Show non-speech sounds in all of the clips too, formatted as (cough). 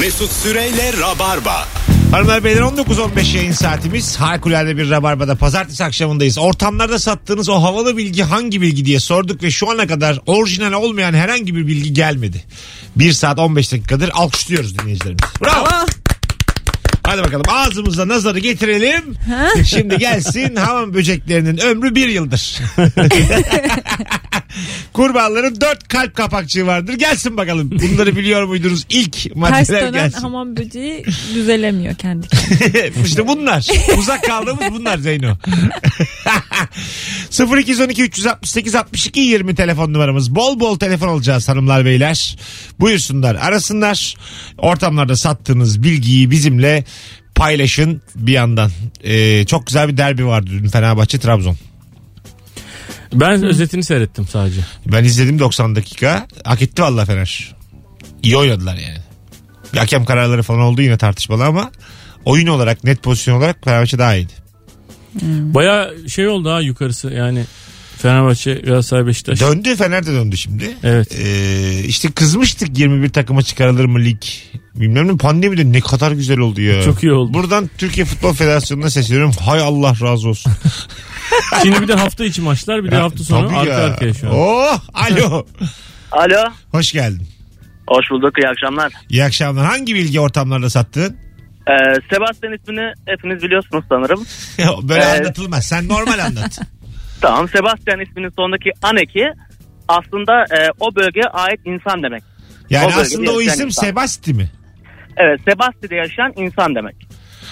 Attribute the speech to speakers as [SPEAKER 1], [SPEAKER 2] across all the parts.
[SPEAKER 1] Mesut Süreyle Rabarba.
[SPEAKER 2] Hanımlar beyler 19.15 yayın saatimiz. Harikulade bir Rabarba'da pazartesi akşamındayız. Ortamlarda sattığınız o havalı bilgi hangi bilgi diye sorduk ve şu ana kadar orijinal olmayan herhangi bir bilgi gelmedi. 1 saat 15 dakikadır alkışlıyoruz dinleyicilerimiz. Bravo. Hadi bakalım ağzımıza nazarı getirelim. Şimdi gelsin hamam böceklerinin ömrü bir yıldır. Kurbağaların dört kalp kapakçığı vardır. Gelsin bakalım. Bunları biliyor muydunuz? İlk
[SPEAKER 3] Ters
[SPEAKER 2] maddeler
[SPEAKER 3] dönen
[SPEAKER 2] gelsin.
[SPEAKER 3] hamam böceği düzelemiyor kendi kendine.
[SPEAKER 2] (laughs) işte bunlar. Uzak kaldığımız bunlar Zeyno. (laughs) 0212 368 62 20 telefon numaramız. Bol bol telefon alacağız hanımlar beyler. Buyursunlar arasınlar. Ortamlarda sattığınız bilgiyi bizimle paylaşın bir yandan. Ee, çok güzel bir derbi vardı dün Fenerbahçe Trabzon.
[SPEAKER 4] Ben özetini seyrettim sadece.
[SPEAKER 2] Ben izledim 90 dakika. Hak etti valla Fener. İyi oynadılar yani. Bir hakem kararları falan oldu yine tartışmalı ama oyun olarak net pozisyon olarak Fenerbahçe daha iyiydi.
[SPEAKER 4] Baya şey oldu ha yukarısı yani Fenerbahçe, Galatasaray, Beşiktaş.
[SPEAKER 2] Döndü Fener de döndü şimdi.
[SPEAKER 4] Evet.
[SPEAKER 2] Ee, işte kızmıştık 21 takıma çıkarılır mı lig? Bilmem ne pandemide ne kadar güzel oldu ya.
[SPEAKER 4] Çok iyi oldu.
[SPEAKER 2] Buradan Türkiye Futbol Federasyonu'na sesleniyorum. Hay Allah razı olsun.
[SPEAKER 4] Şimdi bir de hafta içi maçlar bir de hafta sonu
[SPEAKER 2] Tabii
[SPEAKER 4] arka
[SPEAKER 2] ya.
[SPEAKER 4] arkaya şu an.
[SPEAKER 2] Oh,
[SPEAKER 4] (laughs)
[SPEAKER 2] alo.
[SPEAKER 5] Alo.
[SPEAKER 2] Hoş geldin.
[SPEAKER 5] Hoş bulduk. iyi akşamlar.
[SPEAKER 2] İyi akşamlar. Hangi bilgi ortamlarında sattın? (laughs)
[SPEAKER 5] Ee, Sebastian ismini hepiniz biliyorsunuz sanırım.
[SPEAKER 2] Böyle
[SPEAKER 5] Evet.
[SPEAKER 2] anlatılmaz. Sen normal
[SPEAKER 5] (laughs)
[SPEAKER 2] anlat.
[SPEAKER 5] Tamam. Sebastian isminin sondaki aneki aslında e, o bölgeye ait insan demek. O
[SPEAKER 2] Yani
[SPEAKER 5] bölgede
[SPEAKER 2] aslında o
[SPEAKER 5] yaşayan
[SPEAKER 2] isim
[SPEAKER 5] insan.
[SPEAKER 2] Sebasti mi?
[SPEAKER 5] Evet. Sebastia'da yaşayan insan demek.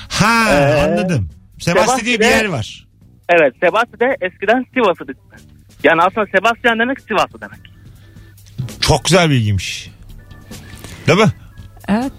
[SPEAKER 2] Ha
[SPEAKER 5] Ee,
[SPEAKER 2] anladım. Sebasti diye bir
[SPEAKER 5] Sebasti'de-
[SPEAKER 2] yer var.
[SPEAKER 5] Evet. Sebastia'da eskiden Sivas'ı yani aslında Sebastian demek Sivaslı demek.
[SPEAKER 2] Çok güzel bilgiymiş. Değil mi?
[SPEAKER 3] Evet.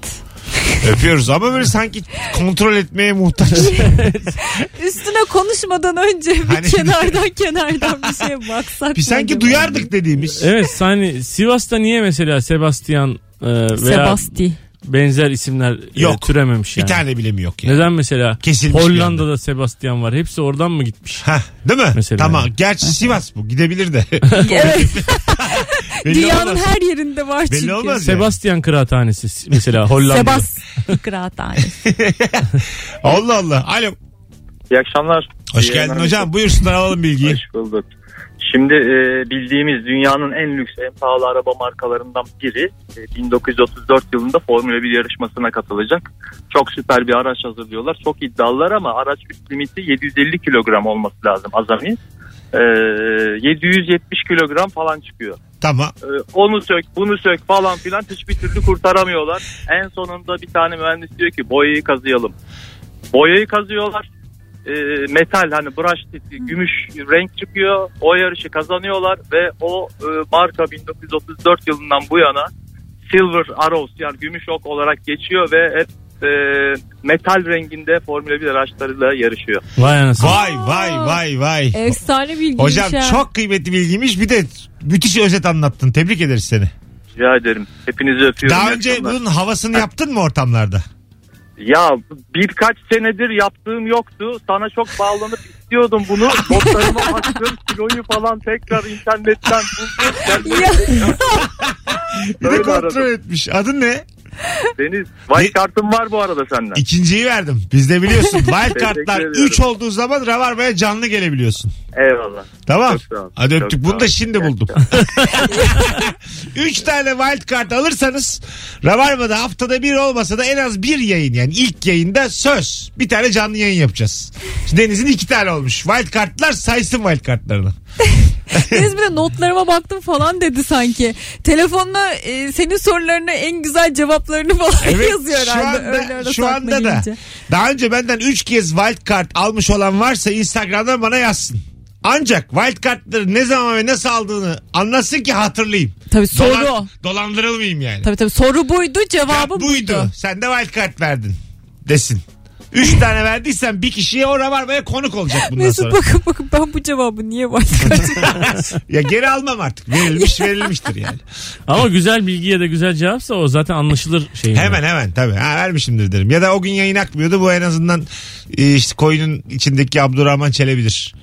[SPEAKER 2] Öpüyoruz ama böyle sanki kontrol etmeye muhtaç.
[SPEAKER 4] (laughs)
[SPEAKER 3] Üstüne konuşmadan önce bir
[SPEAKER 2] Hani-
[SPEAKER 3] kenardan kenardan bir şeye baksak.
[SPEAKER 2] Biz sanki
[SPEAKER 3] mı
[SPEAKER 2] duyardık dediğimiz.
[SPEAKER 4] Evet hani Sivas'ta niye mesela Sebastian e, veya
[SPEAKER 3] acaba? Sebasti.
[SPEAKER 4] benzer isimler e,
[SPEAKER 2] Yok.
[SPEAKER 4] türememiş yani.
[SPEAKER 2] Bir tane bile mi yok yani?
[SPEAKER 4] Neden mesela
[SPEAKER 2] Kesilmiş bir
[SPEAKER 4] Hollanda'da Sebastian var. Hepsi oradan mı gitmiş?
[SPEAKER 2] Hah, değil mi?
[SPEAKER 4] Mesela
[SPEAKER 2] tamam.
[SPEAKER 4] yani.
[SPEAKER 2] Gerçi Sivas bu.
[SPEAKER 4] (laughs)
[SPEAKER 2] Gidebilir de.
[SPEAKER 3] Evet.
[SPEAKER 2] Belli
[SPEAKER 3] Dünyanın
[SPEAKER 2] olmaz.
[SPEAKER 3] her yerinde var çünkü.
[SPEAKER 2] Belli olmaz yani.
[SPEAKER 4] Sebastian Kıraathanesi mesela Hollanda'da.
[SPEAKER 3] Sebas kıraathane.
[SPEAKER 2] Allah Allah. Alo.
[SPEAKER 6] İyi akşamlar.
[SPEAKER 2] Hoş
[SPEAKER 6] İyi
[SPEAKER 2] geldin
[SPEAKER 6] yayınlar.
[SPEAKER 2] hocam. Buyursunlar alalım bilgiyi.
[SPEAKER 6] Hoş bulduk. Şimdi e, bildiğimiz dünyanın en lüks en pahalı araba markalarından biri e, 1934 yılında Formula 1 yarışmasına katılacak. Çok süper bir araç hazırlıyorlar. Çok iddialılar ama araç üst limiti 750 kilogram olması lazım azami. E, 770 kilogram falan çıkıyor.
[SPEAKER 2] Tamam.
[SPEAKER 6] E, onu sök bunu sök falan filan hiçbir türlü kurtaramıyorlar. En sonunda bir tane mühendis diyor ki boyayı kazıyalım. Boyayı kazıyorlar. E, metal hani braş tipi gümüş renk çıkıyor. O yarışı kazanıyorlar ve o e, marka 1934 yılından bu yana Silver Arrows yani gümüş ok olarak geçiyor ve hep e, metal renginde Formula 1 araçlarıyla yarışıyor.
[SPEAKER 4] Vay anasını.
[SPEAKER 2] (laughs) Vay vay vay vay.
[SPEAKER 3] Efsane şey. bilgiymiş
[SPEAKER 2] Hocam
[SPEAKER 3] ya.
[SPEAKER 2] çok kıymetli bilgiymiş. Bir de müthiş özet anlattın. Tebrik ederiz seni.
[SPEAKER 6] Rica ederim. Hepinizi öpüyorum.
[SPEAKER 2] Daha
[SPEAKER 6] İyi
[SPEAKER 2] önce
[SPEAKER 6] akşamlar.
[SPEAKER 2] bunun havasını yaptın mı ortamlarda?
[SPEAKER 6] Ya birkaç senedir yaptığım yoktu. Sana çok bağlanıp istiyordum bunu. Botlarıma baktım. Kiloyu falan tekrar internetten buldum. Geldim
[SPEAKER 3] Ya,
[SPEAKER 2] Bir de
[SPEAKER 6] Öyle
[SPEAKER 2] kontrol
[SPEAKER 6] aradım.
[SPEAKER 2] etmiş. Adın ne?
[SPEAKER 6] Deniz.
[SPEAKER 2] Ne-
[SPEAKER 6] Vay kartım var bu arada senden.
[SPEAKER 2] İkinciyi verdim. Biz
[SPEAKER 6] (laughs)
[SPEAKER 2] de biliyorsun. Wild kartlar
[SPEAKER 6] ediyorum.
[SPEAKER 2] 3 olduğu zaman Rabarba'ya canlı gelebiliyorsun.
[SPEAKER 6] Eyvallah.
[SPEAKER 2] Tamam.
[SPEAKER 6] Çok sağ ol.
[SPEAKER 2] Hadi
[SPEAKER 6] Çok
[SPEAKER 2] öptük.
[SPEAKER 6] sağ
[SPEAKER 2] Bunu
[SPEAKER 6] ol.
[SPEAKER 2] da şimdi buldum. (laughs) Üç tane wild card alırsanız Rabarba'da haftada bir olmasa da en az bir yayın yani ilk yayında söz. Bir tane canlı yayın yapacağız. Şimdi Deniz'in iki tane olmuş. Wild kartlar saysın wild kartlarını.
[SPEAKER 3] Deniz bir de notlarıma baktım falan dedi sanki. Telefonla e, senin sorularına en güzel cevaplarını falan (laughs) yazıyor
[SPEAKER 2] şu
[SPEAKER 3] herhalde.
[SPEAKER 2] anda,
[SPEAKER 3] öyle ara
[SPEAKER 2] şu
[SPEAKER 3] saatine
[SPEAKER 2] anda da.
[SPEAKER 3] gelince.
[SPEAKER 2] Daha önce benden 3 kez wild card almış olan varsa Instagram'dan bana yazsın. Ancak wild cardları ne zaman ve nasıl aldığını anlatsın ki hatırlayayım.
[SPEAKER 3] Tabii soru.
[SPEAKER 2] Dolan- dolandırılmayayım yani.
[SPEAKER 3] Tabii tabii soru buydu cevabı
[SPEAKER 2] Ya buydu. Sen de wild card verdin desin.
[SPEAKER 3] (laughs)
[SPEAKER 2] Üç tane verdiysen bir kişiye o rabarbaya konuk olacak bundan
[SPEAKER 3] Mesut
[SPEAKER 2] sonra.
[SPEAKER 3] bakın bakın ben bu cevabı niye başkaçırdım?
[SPEAKER 2] (laughs) Ya geri almam
[SPEAKER 3] (laughs)
[SPEAKER 2] artık. Verilmiş verilmiştir yani.
[SPEAKER 4] Ama güzel bilgi ya da güzel cevapsa o zaten anlaşılır şey.
[SPEAKER 2] Hemen hemen tabii. Ha, vermişimdir derim. Ya da o gün yayın akmıyordu. Bu en azından e, işte koyunun içindeki Abdurrahman Çelebi'dir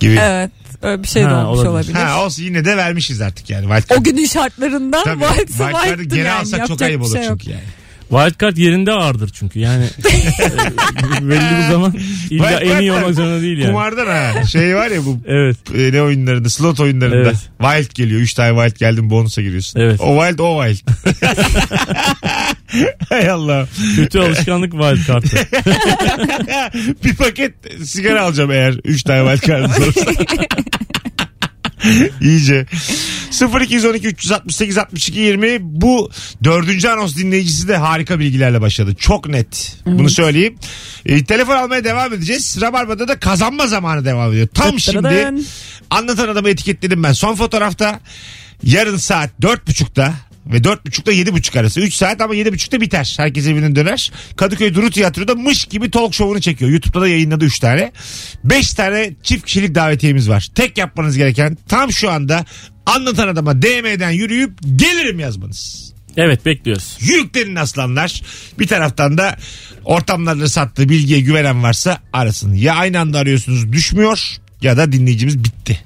[SPEAKER 2] gibi.
[SPEAKER 3] evet öyle bir şey de
[SPEAKER 4] Ha,
[SPEAKER 3] olmuş
[SPEAKER 4] olabilir.
[SPEAKER 3] olabilir.
[SPEAKER 2] Ha olsun yine de vermişiz artık yani. Wild card.
[SPEAKER 3] O günün şartlarında
[SPEAKER 2] Tabii,
[SPEAKER 3] White
[SPEAKER 2] wild card'ı
[SPEAKER 3] White'tı
[SPEAKER 2] geri
[SPEAKER 3] yani.
[SPEAKER 2] alsak çok
[SPEAKER 3] Yapacak
[SPEAKER 2] ayıp
[SPEAKER 3] bir
[SPEAKER 2] olur
[SPEAKER 3] şey yok.
[SPEAKER 2] çünkü yani.
[SPEAKER 4] Wildcard yerinde ağırdır
[SPEAKER 3] (laughs)
[SPEAKER 4] çünkü yani e, belli bir zaman illa
[SPEAKER 2] Wild
[SPEAKER 4] en iyi
[SPEAKER 2] card'lar
[SPEAKER 4] olmak zorunda değil yani.
[SPEAKER 2] Kumardan ha. Şey var ya bu
[SPEAKER 4] Evet.
[SPEAKER 2] e, ne oyunlarında slot oyunlarında
[SPEAKER 4] Evet.
[SPEAKER 2] wild geliyor. 3 tane wild geldim bonusa giriyorsun.
[SPEAKER 4] Evet.
[SPEAKER 2] O wild o wild. (laughs) Hay Allah.
[SPEAKER 4] Kötü alışkanlık wildcard'ı.
[SPEAKER 3] (laughs)
[SPEAKER 2] Bir paket sigara alacağım eğer 3 tane wild card'ın olursa. (laughs) İyice. 0212 368 62 20 bu dördüncü anons dinleyicisi de harika bilgilerle başladı. Çok net. Bunu söyleyeyim. E, telefon almaya devam edeceğiz. Rabarba'da da kazanma zamanı devam ediyor. Tam şimdi
[SPEAKER 3] Tıttırın.
[SPEAKER 2] anlatan adamı etiketledim ben. Son fotoğrafta yarın saat dört buçukta ve dört buçukta yedi buçuk arası. Üç saat ama yedi buçukta biter. Herkes evine döner. Kadıköy Duru Tiyatro'da mış gibi talk show'unu çekiyor. Youtube'da da yayınladı üç tane. Beş tane çift kişilik davetiyemiz var. Tek yapmanız gereken tam şu anda anlatan adama DM'den yürüyüp gelirim yazmanız.
[SPEAKER 4] Evet bekliyoruz.
[SPEAKER 2] Yüklenin aslanlar. Bir taraftan da ortamlarda sattığı bilgiye güvenen varsa arasın. Ya aynı anda arıyorsunuz düşmüyor ya da dinleyicimiz bitti.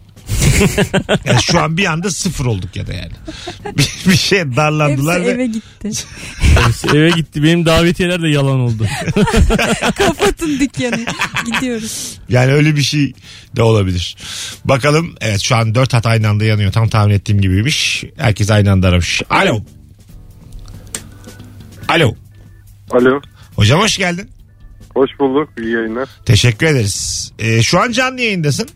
[SPEAKER 2] yani şu an bir anda sıfır olduk ya da yani. (laughs) Bir, bir şeye
[SPEAKER 3] Hepsi
[SPEAKER 2] darlandılar ve
[SPEAKER 3] eve gitti.
[SPEAKER 4] Hepsi Eve gitti. Benim davetiyeler de yalan oldu.
[SPEAKER 3] Kapatın
[SPEAKER 2] (laughs)
[SPEAKER 3] dükkanı. Gidiyoruz.
[SPEAKER 2] yani öyle bir şey de olabilir. Bakalım evet şu an dört hat aynı anda yanıyor. Tam tahmin ettiğim gibiymiş. Herkes aynı anda aramış. Alo. Alo.
[SPEAKER 7] Alo.
[SPEAKER 2] Hocam hoş geldin.
[SPEAKER 7] Hoş bulduk. İyi yayınlar.
[SPEAKER 2] Teşekkür ederiz. Ee, şu an canlı yayındasın.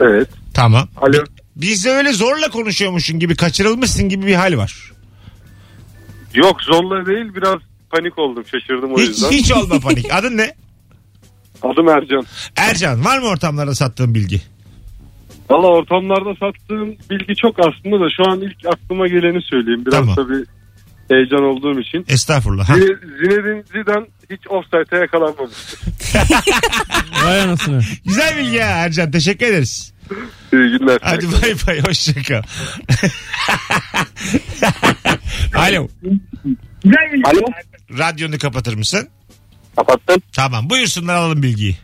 [SPEAKER 7] Evet.
[SPEAKER 2] Tamam.
[SPEAKER 7] Alo.
[SPEAKER 2] Bizde öyle zorla konuşuyormuşsun gibi kaçırılmışsın gibi bir hal var.
[SPEAKER 7] Yok zorla değil biraz panik oldum şaşırdım o
[SPEAKER 2] Hiç,
[SPEAKER 7] yüzden.
[SPEAKER 2] hiç olma panik. Adın ne?
[SPEAKER 7] Adım Ercan.
[SPEAKER 2] Ercan var mı ortamlarda sattığın bilgi?
[SPEAKER 7] Valla ortamlarda sattığım bilgi çok aslında da şu an ilk aklıma geleni söyleyeyim. Biraz
[SPEAKER 2] Tamam.
[SPEAKER 7] tabii heyecan olduğum için.
[SPEAKER 2] Estağfurullah. Ha.
[SPEAKER 7] Zine- Zinedine Zidane hiç offside'e yakalanmamış.
[SPEAKER 4] Vay
[SPEAKER 3] (laughs)
[SPEAKER 4] anasını.
[SPEAKER 2] Güzel bilgi ya Ercan. Teşekkür ederiz.
[SPEAKER 7] İyi günler.
[SPEAKER 2] Hadi bay bay. Hoşçakal. (laughs) Alo.
[SPEAKER 8] Alo.
[SPEAKER 2] Radyonu kapatır mısın?
[SPEAKER 8] Kapattım.
[SPEAKER 2] Tamam. Buyursunlar alalım bilgiyi.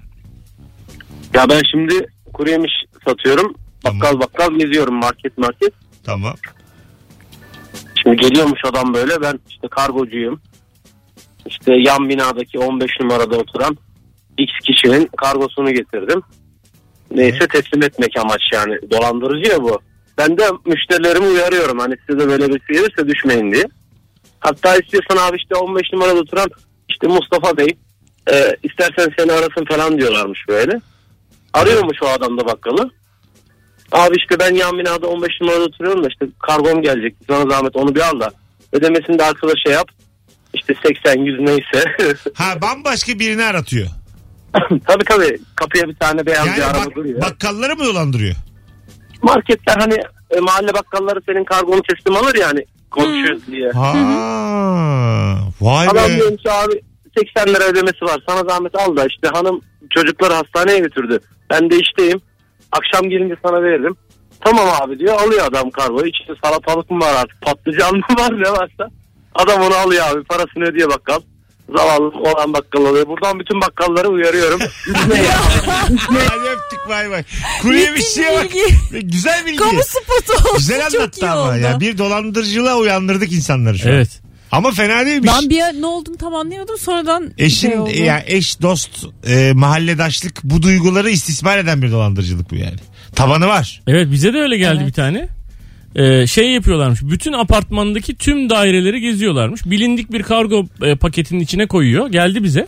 [SPEAKER 8] Ya ben şimdi kuru yemiş satıyorum.
[SPEAKER 2] Tamam.
[SPEAKER 8] Bakkal bakkal geziyorum market market.
[SPEAKER 2] Tamam.
[SPEAKER 8] Şimdi geliyormuş adam böyle ben işte kargocuyum. İşte yan binadaki 15 numarada oturan X kişinin kargosunu getirdim. Neyse teslim etmek amaç yani dolandırıcı ya bu. Ben de müşterilerimi uyarıyorum hani size de böyle bir şey gelirse düşmeyin diye. Hatta istiyorsan abi işte 15 numarada oturan işte Mustafa Bey e, istersen seni arasın falan diyorlarmış böyle. Arıyormuş o adam da bakkalı. Abi işte ben yan binada 15 numarada oturuyorum da işte kargom gelecek. Sana zahmet onu bir al da. Ödemesini de arkadaşa yap. İşte 80-100 neyse. (laughs)
[SPEAKER 2] Ha bambaşka birini aratıyor.
[SPEAKER 8] tabii tabii kapıya bir tane beyaz
[SPEAKER 2] Yani
[SPEAKER 8] bir araba
[SPEAKER 2] bak,
[SPEAKER 8] duruyor.
[SPEAKER 2] bakkalları mı dolandırıyor?
[SPEAKER 8] Marketler hani e, mahalle bakkalları senin kargonu teslim alır yani konuşuyoruz diye.
[SPEAKER 2] Ha. Vay
[SPEAKER 8] Adam
[SPEAKER 2] be.
[SPEAKER 8] diyorum ki abi 80 lira ödemesi var sana zahmet al da işte hanım çocukları hastaneye götürdü. Ben de işteyim akşam gelince sana veririm. Tamam abi diyor alıyor adam kargoyu içinde salatalık mı var artık patlıcan mı var ne varsa. Adam onu alıyor abi parasını ödüyor bakkal. Zavallı olan bakkal alıyor. Buradan bütün bakkalları uyarıyorum.
[SPEAKER 2] Hadi öptük bay bay. Kuru yemişçiye bak.
[SPEAKER 3] bilgi.
[SPEAKER 2] Güzel bilgi.
[SPEAKER 3] Kamu spotu oldu.
[SPEAKER 2] Güzel
[SPEAKER 3] Çok iyi
[SPEAKER 2] anlattı ama
[SPEAKER 3] oldu.
[SPEAKER 2] ya. Bir dolandırıcılığa uyandırdık insanları şu an.
[SPEAKER 4] Evet.
[SPEAKER 2] Ama fena değilmiş.
[SPEAKER 3] Ben bir an ne olduğunu tam anlayamadım. Sonradan
[SPEAKER 2] Eşin,
[SPEAKER 3] şey oldu.
[SPEAKER 2] ya eş, dost, e, mahalledaşlık bu duyguları istismar eden bir dolandırıcılık bu yani. Tabanı var.
[SPEAKER 4] Evet bize de öyle geldi
[SPEAKER 3] Evet.
[SPEAKER 4] bir tane. Ee, şey yapıyorlarmış. Bütün apartmandaki tüm daireleri geziyorlarmış. Bilindik bir kargo e, paketinin içine koyuyor. Geldi bize.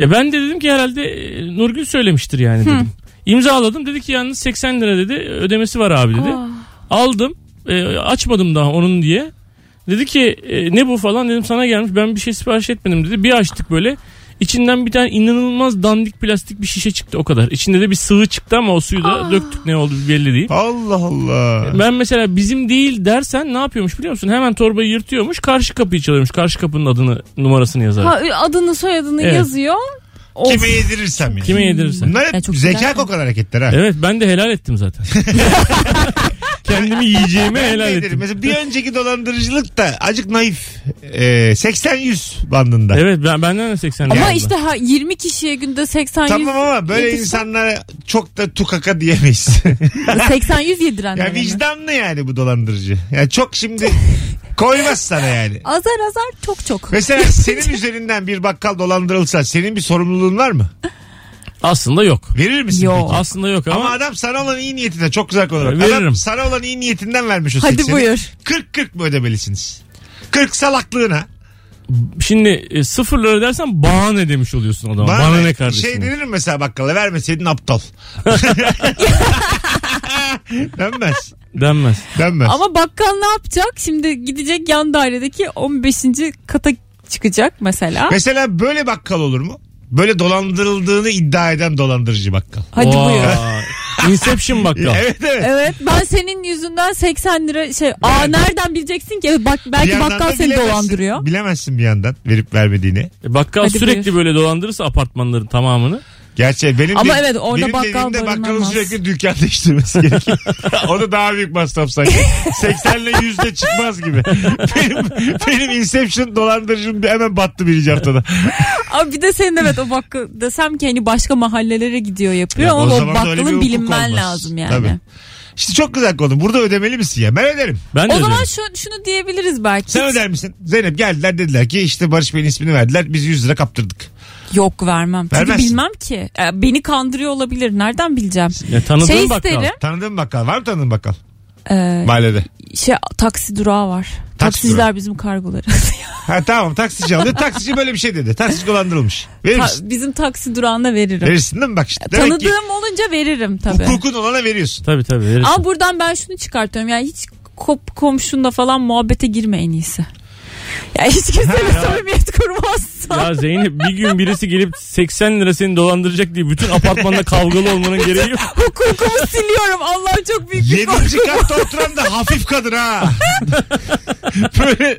[SPEAKER 4] E ben de dedim ki herhalde e, Nurgül söylemiştir yani dedim. İmzaladım. Dedi ki yalnız 80 lira dedi. Ödemesi var abi dedi.
[SPEAKER 3] Aa.
[SPEAKER 4] Aldım. E, açmadım daha onun diye. Dedi ki e, ne bu falan dedim sana gelmiş. Ben bir şey sipariş etmedim dedi. Bir açtık böyle. İçinden bir tane inanılmaz dandik plastik bir şişe çıktı o kadar. İçinde de bir sıvı çıktı ama o suyu da döktük ne oldu belli değil.
[SPEAKER 2] Allah Allah.
[SPEAKER 4] Ben mesela bizim değil dersen ne yapıyormuş biliyor musun? Hemen torbayı yırtıyormuş, karşı kapıyı çalıyormuş. Karşı kapının adını, numarasını yazar.
[SPEAKER 3] Ha, adını soyadını
[SPEAKER 4] Evet.
[SPEAKER 3] yazıyor. Of.
[SPEAKER 2] Kime yedirirsem yani.
[SPEAKER 4] Kime yedirirsen.
[SPEAKER 2] Bunlar
[SPEAKER 3] Ya
[SPEAKER 2] hep
[SPEAKER 3] çok
[SPEAKER 2] zeka
[SPEAKER 3] güzel.
[SPEAKER 2] kokan hareketler ha.
[SPEAKER 4] Evet ben de helal ettim zaten.
[SPEAKER 3] (laughs)
[SPEAKER 4] Kendimi yiyeceğime
[SPEAKER 2] Ben de
[SPEAKER 4] helal
[SPEAKER 2] ederim.
[SPEAKER 4] ettim.
[SPEAKER 2] Mesela bir önceki dolandırıcılık da acık naif. E, 80-100 bandında.
[SPEAKER 4] Evet ben, benden de 80
[SPEAKER 3] Ama
[SPEAKER 4] lira.
[SPEAKER 3] işte ha, 20 kişiye günde 80
[SPEAKER 2] Tamam ama böyle insanlara çok da
[SPEAKER 3] (laughs)
[SPEAKER 2] tukaka diyemeyiz.
[SPEAKER 3] 80 100 yedirenler.
[SPEAKER 2] Ya
[SPEAKER 3] yani. (laughs)
[SPEAKER 2] vicdanlı yani bu dolandırıcı. Ya çok şimdi Koymaz sana yani.
[SPEAKER 3] Azar azar çok çok. (laughs)
[SPEAKER 2] Mesela senin üzerinden bir bakkal dolandırılsa senin bir sorumluluğun var mı?
[SPEAKER 4] Aslında yok.
[SPEAKER 2] Verir misin
[SPEAKER 3] Yo.
[SPEAKER 2] peki?
[SPEAKER 4] Aslında yok ama,
[SPEAKER 2] Ama adam sana olan iyi niyetinden çok güzel konu. Adam
[SPEAKER 4] Veririm.
[SPEAKER 2] sana olan iyi niyetinden vermiş o
[SPEAKER 3] Hadi
[SPEAKER 2] 80'i.
[SPEAKER 3] buyur.
[SPEAKER 2] 40-40 mı ödemelisiniz? 40 salaklığına.
[SPEAKER 4] şimdi e, sıfırla ödersen bana ne demiş oluyorsun adama. Bana, ne kardeşim.
[SPEAKER 2] Şey denir mi mesela bakkala
[SPEAKER 3] (laughs)
[SPEAKER 2] vermeseydin aptal. (laughs) Dönmez.
[SPEAKER 4] Denmez.
[SPEAKER 2] Dönmez.
[SPEAKER 3] Ama bakkal ne yapacak? Şimdi gidecek yan dairedeki 15. kata çıkacak mesela.
[SPEAKER 2] Mesela böyle bakkal olur mu? Böyle dolandırıldığını iddia eden dolandırıcı bakkal.
[SPEAKER 3] Hadi
[SPEAKER 4] Vay.
[SPEAKER 2] (laughs)
[SPEAKER 3] buyur.
[SPEAKER 4] (laughs) Inception bakkal.
[SPEAKER 2] Evet evet.
[SPEAKER 3] Evet ben senin yüzünden 80 lira şey aa nereden bileceksin ki bak
[SPEAKER 2] Bir
[SPEAKER 3] belki
[SPEAKER 2] yandan
[SPEAKER 3] bakkal
[SPEAKER 2] da
[SPEAKER 3] seni
[SPEAKER 2] bilemezsin-
[SPEAKER 3] dolandırıyor.
[SPEAKER 2] Bilemezsin bir yandan verip vermediğini.
[SPEAKER 4] E, Bakkal
[SPEAKER 3] Hadi
[SPEAKER 4] sürekli
[SPEAKER 3] buyur.
[SPEAKER 4] böyle dolandırırsa apartmanların tamamını.
[SPEAKER 2] Gerçi benim
[SPEAKER 3] Ama evet, orada
[SPEAKER 2] benim
[SPEAKER 3] bakkal
[SPEAKER 2] dediğimde bakkalın
[SPEAKER 3] barınamaz.
[SPEAKER 2] sürekli dükkan (laughs) değiştirmesi gerekiyor. (laughs) o da daha büyük masraf sanki.
[SPEAKER 3] (laughs)
[SPEAKER 2] 80 ile 100 de çıkmaz gibi. benim, benim Inception dolandırıcım bir- hemen battı birinci haftada.
[SPEAKER 3] Ama bir de senin evet o bakkal desem ki hani başka mahallelere gidiyor yapıyor
[SPEAKER 2] Ya
[SPEAKER 3] ama o,
[SPEAKER 2] zaman da öyle bir
[SPEAKER 3] bakkalın
[SPEAKER 2] hukuk
[SPEAKER 3] bilinmen
[SPEAKER 2] olmaz.
[SPEAKER 3] lazım yani.
[SPEAKER 2] Tabii. İşte çok güzel konu. Burada ödemeli misin ya? Ben öderim.
[SPEAKER 4] Ben de
[SPEAKER 3] O zaman
[SPEAKER 4] öderim.
[SPEAKER 3] şu, şunu diyebiliriz belki.
[SPEAKER 2] Sen öder misin? Zeynep geldiler dediler ki işte Barış Bey'in ismini verdiler. Biz 100 lira kaptırdık.
[SPEAKER 3] Yok vermem. Çünkü
[SPEAKER 2] Vermezsin.
[SPEAKER 3] bilmem ki. Ee, Beni kandırıyor olabilir. Nereden bileceğim?
[SPEAKER 4] Ya, tanıdığın
[SPEAKER 3] şey
[SPEAKER 4] bakkal.
[SPEAKER 3] isterim.
[SPEAKER 2] Tanıdığın bakkal var mı tanıdığın bakkal?
[SPEAKER 3] Ee,
[SPEAKER 2] Mahallede.
[SPEAKER 3] şey taksi durağı var. Taksiciler bizim kargoları.
[SPEAKER 2] Ha tamam
[SPEAKER 3] (laughs)
[SPEAKER 2] taksici alıyor. Taksici böyle bir şey dedi. Taksici dolandırılmış. Verir
[SPEAKER 3] Ta-
[SPEAKER 2] misin?
[SPEAKER 3] bizim taksi durağına veririm.
[SPEAKER 2] Verirsin değil mi? Bak işte. Demek ki
[SPEAKER 3] Tanıdığım olunca veririm tabii.
[SPEAKER 2] hukukun olana veriyorsun.
[SPEAKER 4] Tabii tabii. verirsin.
[SPEAKER 3] Ama buradan ben şunu çıkartıyorum. Yani hiç kop komşunla falan muhabbete girme en iyisi. Ya hiç kimseyle samimiyet kurmazsan.
[SPEAKER 4] Ya Zeynep bir gün birisi gelip 80 lira seni dolandıracak diye bütün apartmanda kavgalı
[SPEAKER 3] (laughs)
[SPEAKER 4] olmanın gereği yok.
[SPEAKER 3] Hukukumu siliyorum. Allah'ım çok büyük bir
[SPEAKER 2] Yedinci
[SPEAKER 3] korku.
[SPEAKER 2] katta oturan da hafif
[SPEAKER 3] (laughs)
[SPEAKER 2] kadın ha. Böyle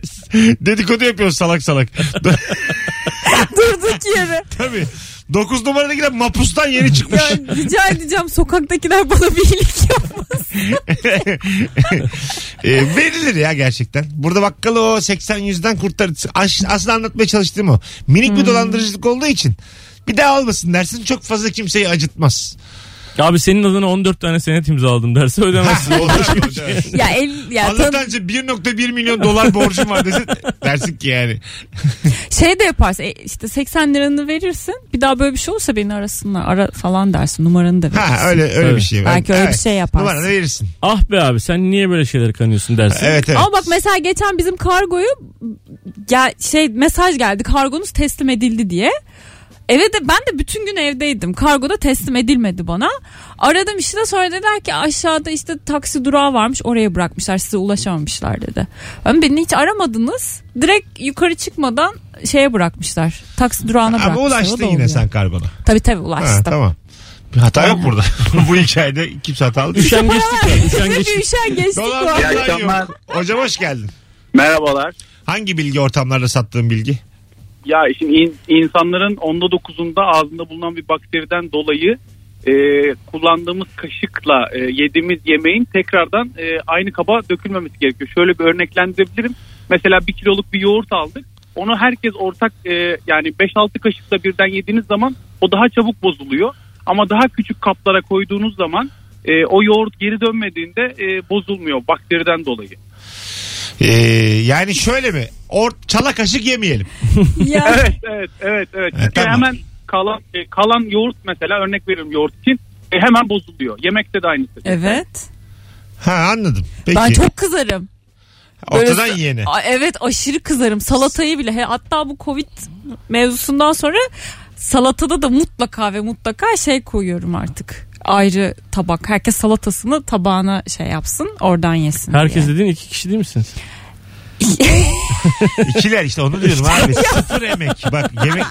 [SPEAKER 2] dedikodu yapıyor salak salak. (laughs)
[SPEAKER 3] Durduk yere.
[SPEAKER 2] Tabii. 9 numaradaki de mapustan yeni çıkmış.
[SPEAKER 3] Ya rica edeceğim sokaktakiler bana bir iyilik yapmasın.
[SPEAKER 2] E, verilir ya gerçekten. Burada bakkalı o 80-100'den kurtar. Aş- Aslında anlatmaya çalıştığım o. Minik
[SPEAKER 3] Hmm.
[SPEAKER 2] bir dolandırıcılık olduğu için bir daha olmasın dersin çok fazla kimseyi acıtmaz.
[SPEAKER 4] Abi senin adına 14 tane senet imzaladım derse
[SPEAKER 2] (laughs)
[SPEAKER 4] ödemezsin.
[SPEAKER 3] Ya el ya tan-
[SPEAKER 2] Allah'tan 1.1 milyon dolar borcum var desin, dersin ki yani.
[SPEAKER 3] şey de yaparsın. E, işte 80 liranı verirsin. Bir daha böyle bir şey olursa beni arasınlar. Ara falan dersin. Numaranı da verirsin.
[SPEAKER 2] Ha öyle öyle bir
[SPEAKER 4] Tabii.
[SPEAKER 2] şey.
[SPEAKER 3] Belki öyle bir şey yaparsın.
[SPEAKER 2] Numaranı verirsin.
[SPEAKER 4] ah be abi sen niye böyle şeylere kanıyorsun dersin.
[SPEAKER 2] Evet evet.
[SPEAKER 3] Ama bak mesela geçen bizim kargoyu ya şey mesaj geldi kargonuz teslim edildi diye. Eve de ben de bütün gün evdeydim. Kargo da teslim edilmedi bana. Aradım işte sonra dediler ki aşağıda işte taksi durağı varmış oraya bırakmışlar size ulaşamamışlar dedi. Ben beni hiç aramadınız. Direkt yukarı çıkmadan şeye bırakmışlar. Taksi durağına bırakmışlar.
[SPEAKER 2] Ama
[SPEAKER 3] O da
[SPEAKER 2] ulaştın yine
[SPEAKER 3] oluyor.
[SPEAKER 2] sen kargona.
[SPEAKER 3] Tabii tabii
[SPEAKER 2] Ha,
[SPEAKER 3] ulaştım.
[SPEAKER 2] tamam. Bir hata yok burada. (laughs) Bu hikayede kimse hatalı değil.
[SPEAKER 3] (laughs)
[SPEAKER 4] Üşengeçlik ya
[SPEAKER 3] Size bir
[SPEAKER 4] üşengeçlik.
[SPEAKER 3] üşengeçlik var.
[SPEAKER 2] Dolandırılan
[SPEAKER 8] İyi akşamlar.
[SPEAKER 2] yok. Hocam hoş geldin.
[SPEAKER 8] Merhabalar.
[SPEAKER 2] Hangi bilgi ortamlarda sattığın bilgi?
[SPEAKER 8] Ya şimdi in- insanların onda dokuzunda ağzında bulunan bir bakteriden dolayı e, kullandığımız kaşıkla e, yediğimiz yemeğin tekrardan e, aynı kaba dökülmemesi gerekiyor. Şöyle bir örneklendirebilirim. Mesela bir kiloluk bir yoğurt aldık. Onu herkes ortak e, yani 5-6 kaşıkla birden yediğiniz zaman o daha çabuk bozuluyor. Ama daha küçük kaplara koyduğunuz zaman e, o yoğurt geri dönmediğinde e, bozulmuyor bakteriden dolayı.
[SPEAKER 2] Ee, yani şöyle mi? Or çala kaşık yemeyelim. (laughs)
[SPEAKER 3] Ya.
[SPEAKER 8] evet evet evet evet.
[SPEAKER 2] E,
[SPEAKER 8] Çünkü
[SPEAKER 2] tamam.
[SPEAKER 8] hemen kalan e, kalan yoğurt mesela örnek veririm yoğurt için e, hemen bozuluyor. Yemekte de aynısı.
[SPEAKER 3] Evet.
[SPEAKER 2] Ha anladım. Peki.
[SPEAKER 3] Ben çok kızarım.
[SPEAKER 2] Ortadan
[SPEAKER 3] Böyle-
[SPEAKER 2] yeni.
[SPEAKER 3] A- evet aşırı kızarım. Salatayı bile. he- Hatta bu Covid mevzusundan sonra salatada da mutlaka ve mutlaka şey koyuyorum artık. Ayrı tabak. Herkes salatasını tabağına şey yapsın. Oradan yesin.
[SPEAKER 4] Herkes
[SPEAKER 3] diye.
[SPEAKER 4] dediğin iki kişi değil misiniz?
[SPEAKER 2] İkiler işte onu diyorum
[SPEAKER 3] (laughs)
[SPEAKER 2] abi. Sıfır emek. Bak yemek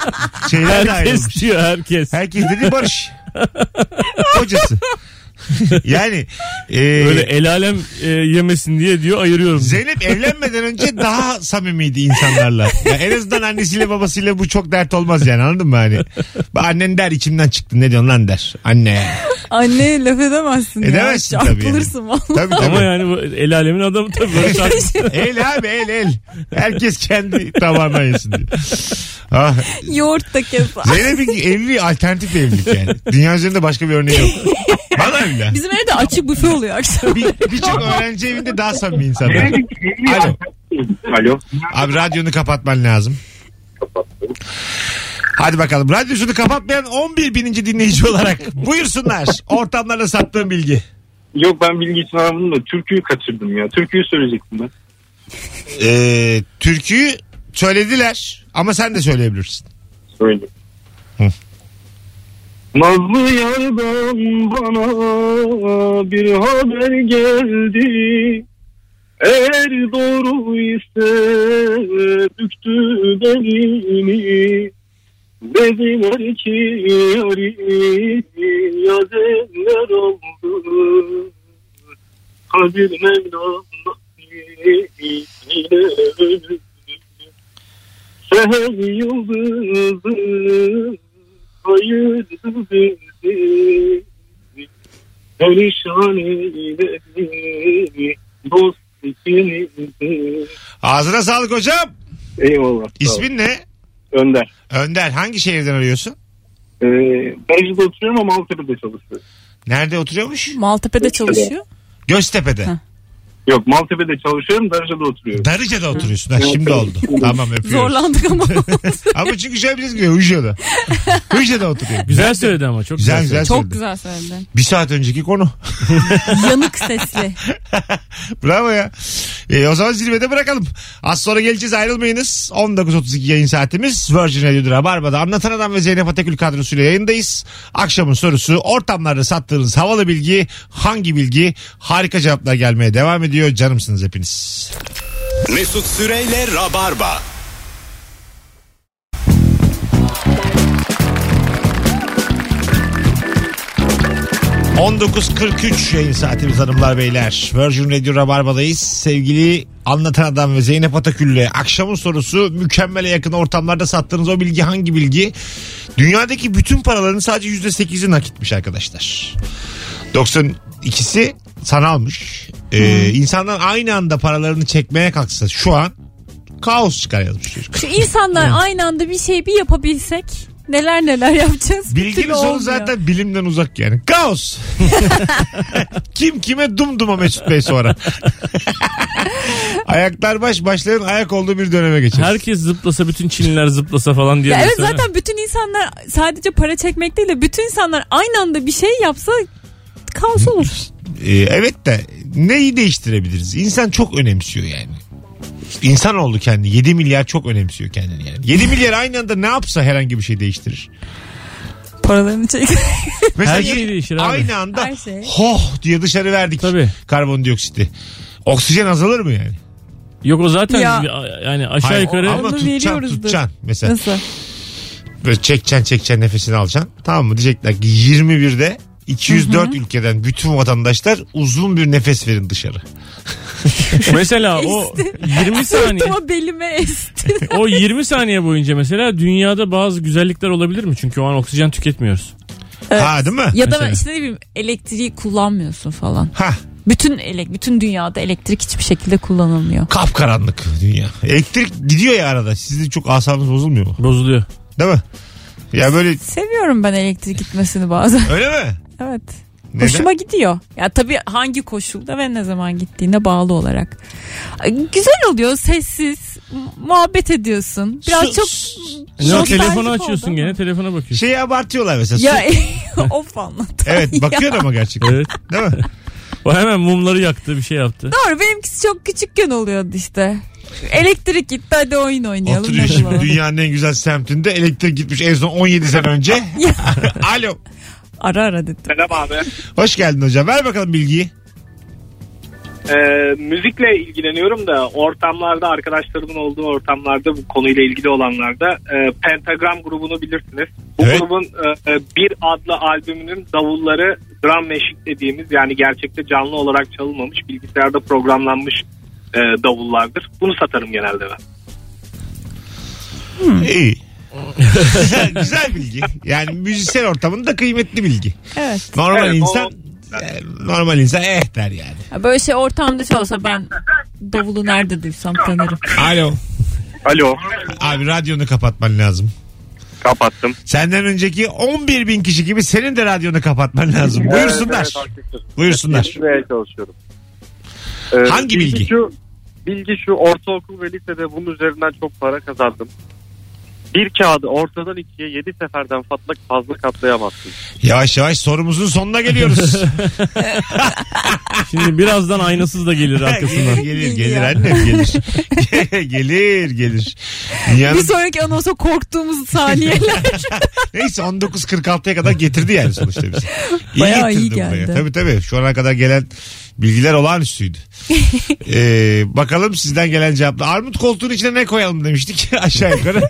[SPEAKER 2] şeyler de
[SPEAKER 4] Herkes
[SPEAKER 2] ayrılmış.
[SPEAKER 4] diyor herkes.
[SPEAKER 2] Herkes dedi Barış. Kocası. (laughs) yani e,
[SPEAKER 4] Böyle el alem e, yemesin diye diyor ayırıyorum.
[SPEAKER 2] Zeynep evlenmeden önce daha samimiydi insanlarla. Ya en azından annesiyle babasıyla bu çok dert olmaz yani anladın mı hani? Bak Annen der içimden çıktı ne diyorsun lan der. Anne.
[SPEAKER 3] Anne laf edemezsin. ya.
[SPEAKER 2] Edemezsin E, tabii yani.
[SPEAKER 3] Çarpılırsın valla.
[SPEAKER 2] Tabii tabii.
[SPEAKER 4] Ama yani bu el alemin adamı tabii
[SPEAKER 2] (laughs)
[SPEAKER 4] böyle şarkı-
[SPEAKER 2] El abi el el. Herkes kendi tabağına yesin diyor. Ah,
[SPEAKER 3] Yoğurt da keser.
[SPEAKER 2] Zeynep'in evliliği alternatif bir evlilik yani. Dünya üzerinde başka bir örneği yok. Bana öyle.
[SPEAKER 3] Bizim evde açık büfe oluyor akşam.
[SPEAKER 2] Bir- Birçok öğrenci evinde daha samimi insanlar.
[SPEAKER 8] Alo.
[SPEAKER 7] Alo.
[SPEAKER 2] Abi radyonu kapatman lazım. Hadi bakalım. Radyosunu kapatmayan 11 bininci dinleyici olarak buyursunlar. Ortamlarda sattığım bilgi.
[SPEAKER 7] Yok ben bilgi için aramadım da türküyü kaçırdım ya. Türküyü söyleyecektim ben.
[SPEAKER 2] Ee, türküyü söylediler ama sen de söyleyebilirsin.
[SPEAKER 7] Söyle.
[SPEAKER 2] Hı.
[SPEAKER 7] Nazlı yardan bana bir haber geldi. Eğer doğru ise büktü belini. Dediler ki yarim yazenler oldu. Kadir Mevlam ile öldü. Seher yıldızı ayırdı bizi. Perişan eyledi dost ikimizi.
[SPEAKER 2] Ağzına sağlık hocam.
[SPEAKER 7] Eyvallah.
[SPEAKER 2] İsmin ne?
[SPEAKER 7] Önder.
[SPEAKER 2] Önder. Hangi şehirden arıyorsun?
[SPEAKER 7] Ee, Beyciğde oturuyorum ama Maltepe'de çalışıyorum.
[SPEAKER 2] Nerede oturuyormuş?
[SPEAKER 3] (laughs) Maltepe'de çalışıyor.
[SPEAKER 2] Göztepe'de.
[SPEAKER 3] Heh.
[SPEAKER 7] Yok Maltepe'de çalışıyorum Darıca'da oturuyorum.
[SPEAKER 2] Darıca'da oturuyorsun. Ha, şimdi oldu. Tamam öpüyoruz.
[SPEAKER 3] Zorlandık
[SPEAKER 2] (laughs)
[SPEAKER 3] ama.
[SPEAKER 2] Ama çünkü şöyle şey biliriz ki Hücre'de. Hücre'de oturuyor.
[SPEAKER 4] Güzel söyledi ama çok
[SPEAKER 2] Güzel
[SPEAKER 4] güzel.
[SPEAKER 2] güzel
[SPEAKER 3] Çok
[SPEAKER 2] söyledin.
[SPEAKER 3] güzel söyledin.
[SPEAKER 2] Bir saat önceki konu. (laughs)
[SPEAKER 3] Yanık sesli.
[SPEAKER 2] Bravo ya. E, o zaman zirvede bırakalım. Az sonra geleceğiz ayrılmayınız. 19.32 yayın saatimiz. Virgin Radio'da Rabarba'da Anlatan Adam ve Zeynep Atakül kadrosuyla yayındayız. Akşamın sorusu ortamlarda sattığınız havalı bilgi hangi bilgi? Harika cevaplar gelmeye devam ediyor. Canımsınız hepiniz.
[SPEAKER 6] Mesut Süreyle Rabarba.
[SPEAKER 2] Cık. 19.43 yayın saatimiz hanımlar beyler. Virgin Radio Rabarba'dayız. Sevgili Anlatan Adam ve Zeynep Atakül'le akşamın sorusu mükemmele yakın ortamlarda sattığınız o bilgi hangi bilgi? Dünyadaki bütün paraların sadece %8'i nakitmiş arkadaşlar. 92'si sanalmış. Ee, insanlar aynı anda paralarını çekmeye kalksa şu an kaos çıkar yazmış çocuk.
[SPEAKER 3] Şu insanlar aynı anda bir şey bir yapabilsek neler neler yapacağız. Bir
[SPEAKER 2] Bilginin
[SPEAKER 3] türlü
[SPEAKER 2] sonu
[SPEAKER 3] olmuyor.
[SPEAKER 2] zaten bilimden uzak yani.
[SPEAKER 3] (laughs)
[SPEAKER 2] Kaos. Kim kime dumduma Mesut
[SPEAKER 3] (laughs)
[SPEAKER 2] Bey sonra. Ayaklar baş başların ayak olduğu bir döneme geçer.
[SPEAKER 4] Herkes zıplasa bütün Çinliler zıplasa falan diye.
[SPEAKER 3] Ya evet
[SPEAKER 4] desene.
[SPEAKER 3] zaten bütün insanlar sadece para çekmek değil de bütün insanlar aynı anda bir şey yapsa kaos olur.
[SPEAKER 2] Ee, evet de neyi değiştirebiliriz? İnsan çok önemsiyor yani. İnsanoğlu kendi 7 milyar çok önemsiyor kendini yani. 7 milyar aynı anda ne yapsa herhangi bir şey değiştirir.
[SPEAKER 3] Paralarını çek.
[SPEAKER 2] Mesela
[SPEAKER 4] Her şey değişir abi.
[SPEAKER 2] Aynı anda
[SPEAKER 3] Her şey.
[SPEAKER 2] hoh diye dışarı verdik
[SPEAKER 4] Tabii.
[SPEAKER 2] karbondioksiti. Oksijen azalır mı yani?
[SPEAKER 4] Yok o zaten
[SPEAKER 3] Ya.
[SPEAKER 4] bir- yani aşağı
[SPEAKER 2] Hayır,
[SPEAKER 4] yukarı
[SPEAKER 2] ama
[SPEAKER 3] Onu
[SPEAKER 2] tutacaksın,
[SPEAKER 3] veriyoruzdur.
[SPEAKER 2] tutacaksın mesela.
[SPEAKER 3] Nasıl?
[SPEAKER 2] Böyle çekeceksin çekeceksin nefesini alacaksın. Tamam mı? Diyecekler ki 21'de 204 ülkeden bütün vatandaşlar uzun bir nefes verin dışarı.
[SPEAKER 4] (laughs) mesela o
[SPEAKER 3] (laughs)
[SPEAKER 4] 20 saniye
[SPEAKER 3] Sırtıma belime esti.
[SPEAKER 4] o 20 saniye boyunca mesela dünyada bazı güzellikler olabilir mi? Çünkü o an oksijen tüketmiyoruz.
[SPEAKER 2] Ha değil mi?
[SPEAKER 3] ya da
[SPEAKER 4] Mesela.
[SPEAKER 3] işte ne bileyim elektriği kullanmıyorsun falan.
[SPEAKER 2] Ha
[SPEAKER 3] Bütün elek, bütün dünyada elektrik hiçbir şekilde kullanılmıyor.
[SPEAKER 2] kapkaranlık dünya. Elektrik gidiyor ya arada. Sizin çok asabınız bozulmuyor mu?
[SPEAKER 4] Bozuluyor.
[SPEAKER 2] Değil mi? Ya böyle
[SPEAKER 3] Seviyorum ben elektrik gitmesini bazen. (laughs)
[SPEAKER 2] öyle mi?
[SPEAKER 3] evet.
[SPEAKER 2] Neden?
[SPEAKER 3] Hoşuma gidiyor. Ya tabii hangi koşulda ve ne zaman gittiğine bağlı olarak. Ay, Güzel oluyor, sessiz, m- muhabbet ediyorsun. Biraz
[SPEAKER 2] Su-
[SPEAKER 3] çok
[SPEAKER 4] Ne o
[SPEAKER 3] nostaljik
[SPEAKER 4] telefonu
[SPEAKER 3] oldu
[SPEAKER 4] açıyorsun
[SPEAKER 3] ama.
[SPEAKER 4] gene telefona bakıyorsun.
[SPEAKER 2] Şeyi şey abartıyorlar mesela.
[SPEAKER 3] Ya
[SPEAKER 2] Su-
[SPEAKER 3] (laughs) of anlat. (laughs)
[SPEAKER 2] Evet bakıyor ama gerçekten.
[SPEAKER 4] Evet.
[SPEAKER 2] Değil mi?
[SPEAKER 4] O hemen mumları yaktı bir şey yaptı.
[SPEAKER 3] Doğru benimkisi çok küçükken oluyordu işte. Elektrik gitti hadi oyun oynayalım.
[SPEAKER 2] Oturuyor
[SPEAKER 3] hadi
[SPEAKER 2] şimdi
[SPEAKER 3] bakalım.
[SPEAKER 2] dünyanın en güzel semtinde elektrik gitmiş en son 17
[SPEAKER 3] (laughs)
[SPEAKER 2] sene önce. Alo.
[SPEAKER 3] Ara ara dedim.
[SPEAKER 9] Selam abi.
[SPEAKER 2] Hoş geldin hocam. Ver bakalım bilgiyi.
[SPEAKER 9] Ee, müzikle ilgileniyorum da ortamlarda arkadaşlarımın olduğu ortamlarda bu konuyla ilgili olanlarda e, Pentagram grubunu bilirsiniz. Bu
[SPEAKER 2] Evet.
[SPEAKER 9] grubun e, e, bir adlı albümünün davulları drum machine dediğimiz yani gerçekte canlı olarak çalınmamış bilgisayarda programlanmış e, davullardır. Bunu satarım genelde ben.
[SPEAKER 2] İyi. (laughs) Güzel bilgi. Yani müzisyen ortamında kıymetli bilgi.
[SPEAKER 3] Evet.
[SPEAKER 2] Normal
[SPEAKER 9] Evet, o-
[SPEAKER 2] insan e, normal insan eh der yani.
[SPEAKER 3] Ya Böyle şey ortamda çalsa ben davulu nerede duysam tanırım.
[SPEAKER 2] Alo.
[SPEAKER 8] Alo.
[SPEAKER 2] Abi radyonu kapatman lazım.
[SPEAKER 8] Kapattım.
[SPEAKER 2] Senden önceki 11 bin kişi gibi senin de radyonu kapatman lazım. Buyursunlar.
[SPEAKER 8] Evet, evet, haklısın.
[SPEAKER 2] Buyursunlar.
[SPEAKER 8] Yetişmeye çalışıyorum. Ee,
[SPEAKER 2] Hangi bilgi?
[SPEAKER 8] Şu,
[SPEAKER 7] bilgi şu ortaokul ve lisede bunun üzerinden çok para kazandım. Bir kağıdı ortadan ikiye yedi seferden fatlak fazla katlayamazsın.
[SPEAKER 2] Yavaş yavaş sorumuzun sonuna
[SPEAKER 9] (laughs)
[SPEAKER 2] geliyoruz.
[SPEAKER 4] Şimdi birazdan aynasız da
[SPEAKER 2] (laughs)
[SPEAKER 4] gelir arkasından.
[SPEAKER 2] gelir gelir annem gelir. (laughs) gelir gelir.
[SPEAKER 3] Bir
[SPEAKER 2] Dünyanın,
[SPEAKER 3] sonraki anonsa korktuğumuz
[SPEAKER 2] (laughs)
[SPEAKER 3] saniyeler.
[SPEAKER 2] neyse 1946'ya kadar getirdi yani sonuçta bizi. İyi
[SPEAKER 3] Bayağı iyi
[SPEAKER 2] getirdi buraya.
[SPEAKER 3] geldi.
[SPEAKER 2] Tabii tabii şu ana kadar gelen bilgiler
[SPEAKER 3] (laughs)
[SPEAKER 2] olağanüstüydü. ee, bakalım sizden gelen cevaplar. Armut koltuğun içine ne koyalım demiştik (laughs) aşağı yukarı.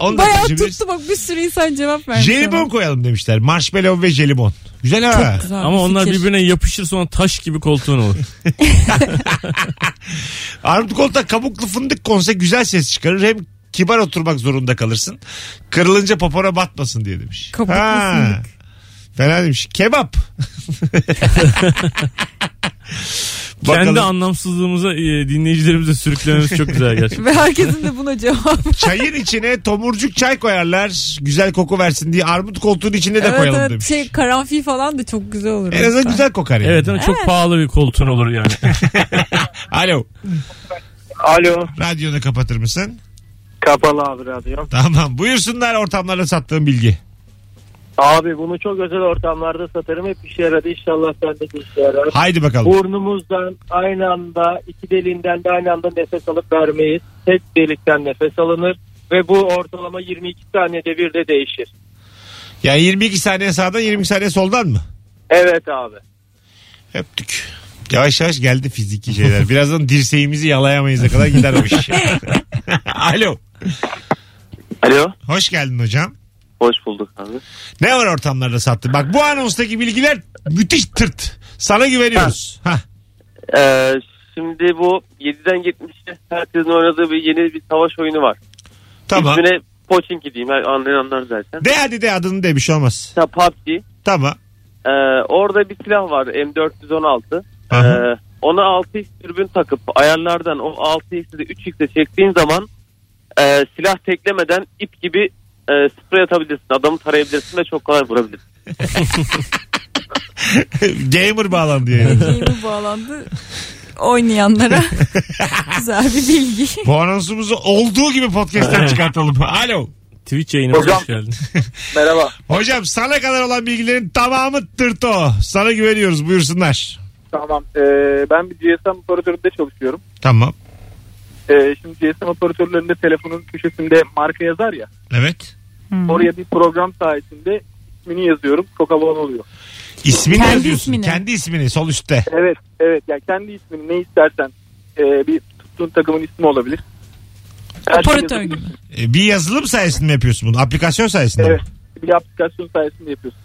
[SPEAKER 2] Onu da
[SPEAKER 3] Bayağı
[SPEAKER 2] konuşabiliriz.
[SPEAKER 3] tuttu bak bir sürü insan cevap vermiş.
[SPEAKER 2] Jelibon
[SPEAKER 3] ama.
[SPEAKER 2] koyalım demişler. Marshmallow ve jelibon. Güzel ha.
[SPEAKER 3] Çok güzel
[SPEAKER 4] Ama
[SPEAKER 3] bir
[SPEAKER 4] onlar
[SPEAKER 3] fikir.
[SPEAKER 4] birbirine yapışır sonra taş gibi koltuğun olur.
[SPEAKER 2] Armut koltuğa kabuklu fındık konsa güzel ses çıkarır. Hem kibar oturmak zorunda kalırsın. Kırılınca popona batmasın diye demiş.
[SPEAKER 3] Kabuklu fındık.
[SPEAKER 2] Fena demiş.
[SPEAKER 3] (laughs)
[SPEAKER 2] Kebap. Bakalım
[SPEAKER 4] Kendi anlamsızlığımıza e, dinleyicilerimize sürüklememiz çok güzel gerçekten.
[SPEAKER 3] Ve herkesin de buna
[SPEAKER 2] (laughs)
[SPEAKER 3] cevap.
[SPEAKER 2] çayın içine tomurcuk çay koyarlar. Güzel koku versin diye armut koltuğun içine de
[SPEAKER 3] evet
[SPEAKER 2] koyalım
[SPEAKER 3] evet
[SPEAKER 2] demiş.
[SPEAKER 3] şey karanfil falan da çok güzel olur.
[SPEAKER 2] En azından
[SPEAKER 3] mesela.
[SPEAKER 2] güzel kokar
[SPEAKER 4] (laughs)
[SPEAKER 2] yani.
[SPEAKER 4] Evet ama çok pahalı bir koltuğun olur yani.
[SPEAKER 2] Alo.
[SPEAKER 8] Alo.
[SPEAKER 2] Radyonu kapatır mısın?
[SPEAKER 8] Kapalı abi radyo.
[SPEAKER 2] Tamam. Buyursunlar ortamlarda sattığım bilgi.
[SPEAKER 8] Abi bunu çok özel ortamlarda satarım. Hep işe yaradı. İnşallah sende de işe yarar.
[SPEAKER 2] Haydi bakalım.
[SPEAKER 8] Burnumuzdan aynı anda iki deliğinden de aynı anda nefes alıp vermeyiz. Tek delikten nefes alınır ve bu ortalama 22 saniyede bir de değişir.
[SPEAKER 2] Yani 22 saniye sağdan 22 saniye soldan mı?
[SPEAKER 8] Evet abi.
[SPEAKER 2] Öptük. Yavaş yavaş geldi fiziki şeyler. Birazdan dirseğimizi yalayamayız kadar gider o
[SPEAKER 3] (laughs)
[SPEAKER 2] iş. Alo.
[SPEAKER 8] Alo.
[SPEAKER 2] Hoş geldin hocam.
[SPEAKER 8] Hoş bulduk abi.
[SPEAKER 2] Ne var ortamlarda sattı? Bak bu anonstaki bilgiler müthiş tırt. Sana güveniyoruz. Hah.
[SPEAKER 8] Ee, şimdi bu 7'den 70'e herkesin oynadığı bir yeni bir savaş oyunu var.
[SPEAKER 2] Tamam.
[SPEAKER 8] İsmine Poçinki diyeyim. Her- Anlayan anlar zaten.
[SPEAKER 2] De hadi de adını de bir şey olmaz.
[SPEAKER 8] Ya PUBG.
[SPEAKER 2] Tamam. (laughs)
[SPEAKER 8] Ee, orada bir silah var M416. Ee,
[SPEAKER 2] Aha.
[SPEAKER 8] ona 6x türbün takıp ayarlardan o 6x'i de 3x'e çektiğin zaman e, silah teklemeden ip gibi e, sprey atabilirsin. Adamı tarayabilirsin ve çok kolay vurabilirsin.
[SPEAKER 2] Gamer bağlandı
[SPEAKER 3] (laughs)
[SPEAKER 2] yayına.
[SPEAKER 3] Şey bu bağlandı oynayanlara
[SPEAKER 2] (laughs)
[SPEAKER 3] güzel bir bilgi.
[SPEAKER 2] bu anonsumuzu olduğu gibi podcast'ten çıkartalım. Alo.
[SPEAKER 4] (laughs) Twitch yayınımıza
[SPEAKER 8] Hocam.
[SPEAKER 4] hoş geldin.
[SPEAKER 8] Merhaba.
[SPEAKER 2] Hocam sana kadar olan bilgilerin tamamı tırt o. Sana güveniyoruz. Buyursunlar.
[SPEAKER 9] Tamam. e, ben bir GSM operatöründe çalışıyorum.
[SPEAKER 2] Tamam.
[SPEAKER 9] Ee, şimdi GSM operatörlerinde telefonun köşesinde marka yazar ya.
[SPEAKER 2] Evet.
[SPEAKER 9] Oraya bir program sayesinde ismini yazıyorum. Çok havalı oluyor.
[SPEAKER 2] İsmini
[SPEAKER 3] Kendi
[SPEAKER 2] yazıyorsun.
[SPEAKER 3] ismini.
[SPEAKER 2] Kendi ismini sol üstte.
[SPEAKER 9] Evet, evet. Yani kendi ismini ne istersen e, bir tuttuğun takımın ismi olabilir. Her şey
[SPEAKER 3] Operatör
[SPEAKER 9] yazılı.
[SPEAKER 3] gibi.
[SPEAKER 2] E, Bir yazılım sayesinde mi yapıyorsun bunu? Aplikasyon sayesinde
[SPEAKER 9] Evet.
[SPEAKER 2] mi?
[SPEAKER 9] Bir aplikasyon sayesinde yapıyorsun.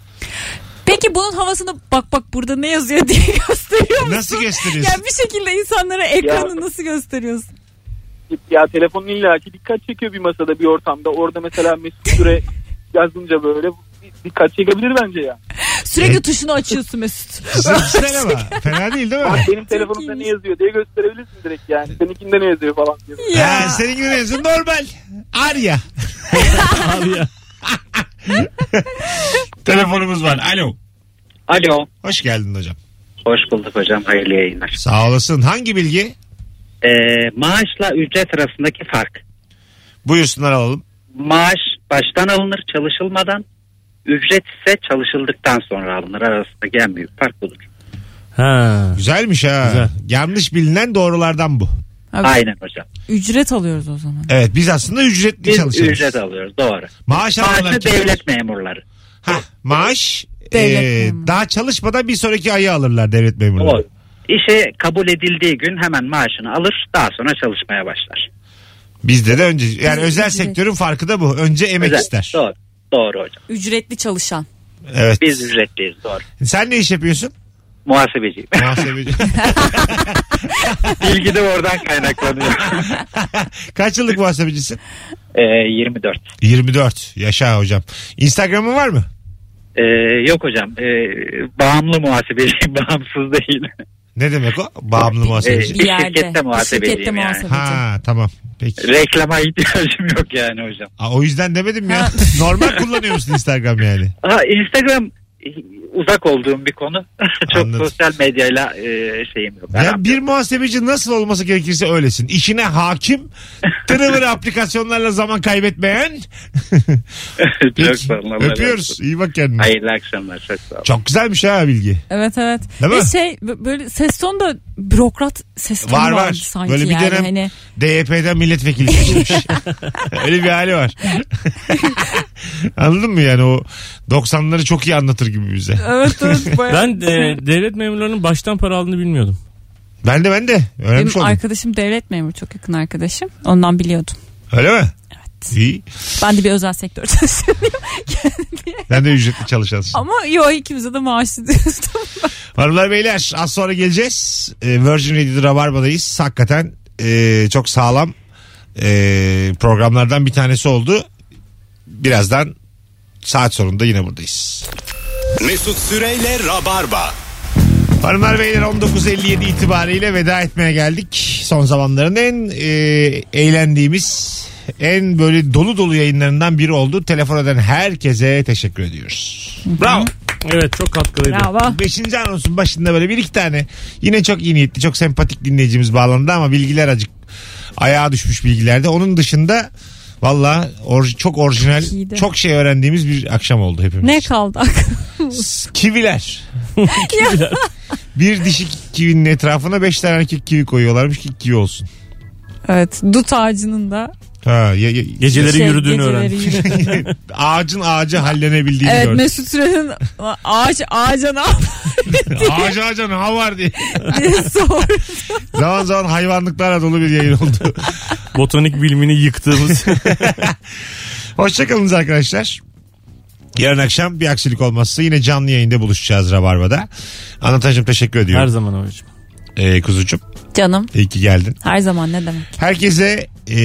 [SPEAKER 3] Peki bunun havasını bak bak burada ne yazıyor diye (laughs) gösteriyor musun?
[SPEAKER 2] Nasıl gösteriyorsun?
[SPEAKER 3] Yani bir şekilde insanlara ekranı nasıl gösteriyorsun?
[SPEAKER 9] Ya telefonun illaki dikkat çekiyor bir masada bir ortamda. Orada mesela Mesut Süre yazınca böyle dikkat çekebilir bence ya.
[SPEAKER 3] Sürekli
[SPEAKER 2] Evet.
[SPEAKER 3] tuşunu açıyorsun
[SPEAKER 2] (laughs)
[SPEAKER 3] Mesut.
[SPEAKER 2] Güzel ama. Fena değil değil mi?
[SPEAKER 9] Bak benim telefonumda ne
[SPEAKER 3] iyiymiş.
[SPEAKER 9] yazıyor diye gösterebilirsin direkt yani. Seninkinde ne yazıyor falan diye.
[SPEAKER 2] Ha, senin gibi mezun normal. Arya.
[SPEAKER 4] Abi ya.
[SPEAKER 2] (laughs) Telefonumuz var. Alo.
[SPEAKER 10] Alo.
[SPEAKER 2] Hoş geldin hocam.
[SPEAKER 10] Hoş bulduk hocam. Hayırlı yayınlar.
[SPEAKER 2] Sağ olasın. Hangi bilgi?
[SPEAKER 10] Ee, maaşla ücret arasındaki fark.
[SPEAKER 2] Buyursunlar alalım.
[SPEAKER 10] Maaş baştan alınır çalışılmadan. Ücret ise çalışıldıktan sonra alınır. Arasındaki en büyük fark budur.
[SPEAKER 4] Ha.
[SPEAKER 2] Güzelmiş ha.
[SPEAKER 4] Güzel.
[SPEAKER 2] Yanlış bilinen doğrulardan bu.
[SPEAKER 3] Abi,
[SPEAKER 10] Aynen hocam.
[SPEAKER 3] Ücret alıyoruz o zaman.
[SPEAKER 2] Evet biz aslında ücretli
[SPEAKER 10] Biz
[SPEAKER 2] çalışıyoruz.
[SPEAKER 10] ücret alıyoruz. Doğru.
[SPEAKER 2] Maaş alanlar
[SPEAKER 10] Maaşı devlet memurları.
[SPEAKER 2] Ha, maaş
[SPEAKER 3] Devlet
[SPEAKER 2] e,
[SPEAKER 3] memuru.
[SPEAKER 2] daha çalışmadan bir sonraki ayı alırlar devlet memurları.
[SPEAKER 10] Doğru. İşe kabul edildiği gün hemen maaşını alır. Daha sonra çalışmaya başlar.
[SPEAKER 2] Bizde de önce yani
[SPEAKER 3] Bizde
[SPEAKER 2] özel
[SPEAKER 3] ücret.
[SPEAKER 2] sektörün farkı da bu. Önce emek
[SPEAKER 10] Güzel.
[SPEAKER 2] ister.
[SPEAKER 10] Doğru. Doğru hocam.
[SPEAKER 3] Ücretli çalışan.
[SPEAKER 2] Evet.
[SPEAKER 10] Biz ücretliyiz. Doğru.
[SPEAKER 2] Sen ne iş yapıyorsun?
[SPEAKER 10] (laughs) Muhasebeci.
[SPEAKER 2] Muhasebeci.
[SPEAKER 10] (laughs) Bilgi de oradan kaynaklanıyor.
[SPEAKER 2] (laughs) (laughs) Kaç yıllık muhasebecisin?
[SPEAKER 10] Ee, 24.
[SPEAKER 2] 24. Yaşa hocam. Instagram'ın var mı?
[SPEAKER 10] Ee, yok hocam. Ee, bağımlı muhasebeciyim. Bağımsız değil. (laughs)
[SPEAKER 2] Ne demek o? Bağımlı
[SPEAKER 10] Ee,
[SPEAKER 2] muhasebeci.
[SPEAKER 10] bir şirkette
[SPEAKER 3] Bir şirkette
[SPEAKER 10] muhasebeciyim yani.
[SPEAKER 3] muhasebeci.
[SPEAKER 2] Ha tamam. Peki.
[SPEAKER 10] Reklama ihtiyacım yok yani hocam.
[SPEAKER 2] (laughs) Aa, o yüzden demedim ya.
[SPEAKER 3] Ha.
[SPEAKER 2] Normal kullanıyor musun Instagram yani?
[SPEAKER 10] Aa, Instagram e, uzak olduğum bir konu. (laughs) Çok
[SPEAKER 2] Anladım.
[SPEAKER 10] sosyal medyayla e, şeyim yok.
[SPEAKER 2] Ya bir muhasebeci nasıl olması gerekirse öylesin. İşine hakim, tırıvır aplikasyonlarla zaman kaybetmeyen.
[SPEAKER 10] (laughs) çok sağ olun. Allah razı olsun.
[SPEAKER 2] Öpüyoruz. İyi bak kendine.
[SPEAKER 10] Hayırlı akşamlar. Çok sağ olun.
[SPEAKER 2] Çok güzelmiş ha bilgi.
[SPEAKER 3] Evet evet.
[SPEAKER 2] Değil
[SPEAKER 3] Ve
[SPEAKER 2] mi?
[SPEAKER 3] şey b- böyle ses tonu da bürokrat ses tonu
[SPEAKER 2] Var var.
[SPEAKER 3] vardı sanki
[SPEAKER 2] Böyle bir
[SPEAKER 3] yani.
[SPEAKER 2] dönem
[SPEAKER 3] Hani
[SPEAKER 2] DYP'den milletvekili seçilmiş. Öyle bir hali var. (laughs) Anladın mı yani o 90'ları çok iyi anlatır gibi bize.
[SPEAKER 3] evet
[SPEAKER 2] (laughs)
[SPEAKER 3] evet bayağı.
[SPEAKER 4] Ben e, devlet memurlarının baştan para aldığını bilmiyordum.
[SPEAKER 2] Ben de ben de. Öğrenmiş
[SPEAKER 3] Benim
[SPEAKER 2] oldum.
[SPEAKER 3] arkadaşım devlet memuru çok yakın arkadaşım. Ondan biliyordum.
[SPEAKER 2] Öyle mi? Evet. İyi.
[SPEAKER 3] Ben de bir özel sektör (laughs) çalışıyorum.
[SPEAKER 2] Sen de ücretli çalışansın.
[SPEAKER 3] Ama yo ikimize de maaşlı diyorsun.
[SPEAKER 2] Hanımlar beyler az sonra geleceğiz. Ee, Virgin Radio Rabarba'dayız. Hakikaten e, çok sağlam e, programlardan bir tanesi oldu. Birazdan saat sonunda yine buradayız.
[SPEAKER 6] Mesut Süreyle Rabarba.
[SPEAKER 2] Hanımlar beyler 19.57 itibariyle veda etmeye geldik. Son zamanların en e, eğlendiğimiz, en böyle dolu dolu yayınlarından biri oldu. Telefon eden herkese teşekkür ediyoruz. Bravo.
[SPEAKER 4] Evet çok katkılıydı.
[SPEAKER 3] Bravo.
[SPEAKER 2] Beşinci anonsun başında böyle bir iki tane yine çok iyi niyetli çok sempatik dinleyicimiz bağlandı ama bilgiler acık ayağa düşmüş bilgilerde. Onun dışında valla orji- çok orijinal
[SPEAKER 3] İyiydi.
[SPEAKER 2] çok şey öğrendiğimiz bir akşam oldu hepimiz.
[SPEAKER 3] Ne kaldı?
[SPEAKER 2] Kiviler. bir dişi kivinin etrafına beş tane erkek kivi koyuyorlarmış ki kivi olsun.
[SPEAKER 3] evet dut ağacının da
[SPEAKER 2] Ha, ya- ya-
[SPEAKER 4] Geceleri
[SPEAKER 3] şey,
[SPEAKER 4] yürüdüğünü
[SPEAKER 3] geceleri
[SPEAKER 4] öğrendim.
[SPEAKER 3] yürüdüğünü.
[SPEAKER 2] ağacın ağacı hallenebildiğini
[SPEAKER 3] evet
[SPEAKER 2] gördüm.
[SPEAKER 3] Mesut Süren'in ağaç ağaca ne yap
[SPEAKER 2] Ağaç ağaca ne var diye.
[SPEAKER 3] (laughs) diye sor.
[SPEAKER 2] Zaman zaman hayvanlıklarla dolu bir yayın oldu.
[SPEAKER 4] Botanik bilimini yıktığımız.
[SPEAKER 2] Hoşçakalınız arkadaşlar. Yarın akşam bir aksilik olmazsa yine canlı yayında buluşacağız Rabarba'da. Anlatacığım
[SPEAKER 4] (laughs)
[SPEAKER 2] teşekkür
[SPEAKER 4] Her
[SPEAKER 2] ediyorum.
[SPEAKER 4] zaman hocam.
[SPEAKER 2] Ee, kuzucuğum
[SPEAKER 3] Canım
[SPEAKER 2] iyi ki geldin.
[SPEAKER 3] her zaman ne demek.
[SPEAKER 2] Herkese e,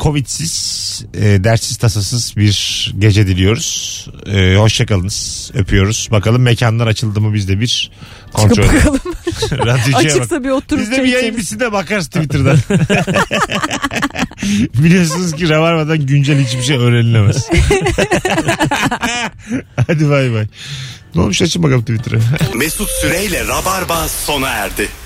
[SPEAKER 2] covidsiz, e, dertsiz tasasız bir gece diliyoruz. E, hoşçakalınız. Öpüyoruz. Bakalım mekanlar açıldı mı biz de bir kontrol
[SPEAKER 3] Çıkıp (laughs)
[SPEAKER 2] edelim.
[SPEAKER 3] bakalım
[SPEAKER 2] Radyocuya bak.
[SPEAKER 3] açıksa bir oturup
[SPEAKER 2] Biz de
[SPEAKER 3] çay
[SPEAKER 2] bir yayın
[SPEAKER 3] içeriz.
[SPEAKER 2] bitsin de bakarız Twitter'dan. (laughs) Biliyorsunuz ki Rabarba'dan güncel hiçbir şey öğrenilemez. Hadi bay bay. Ne olmuş açın bakalım Twitter'ı.
[SPEAKER 6] Mesut Süreyle Rabarba sona erdi.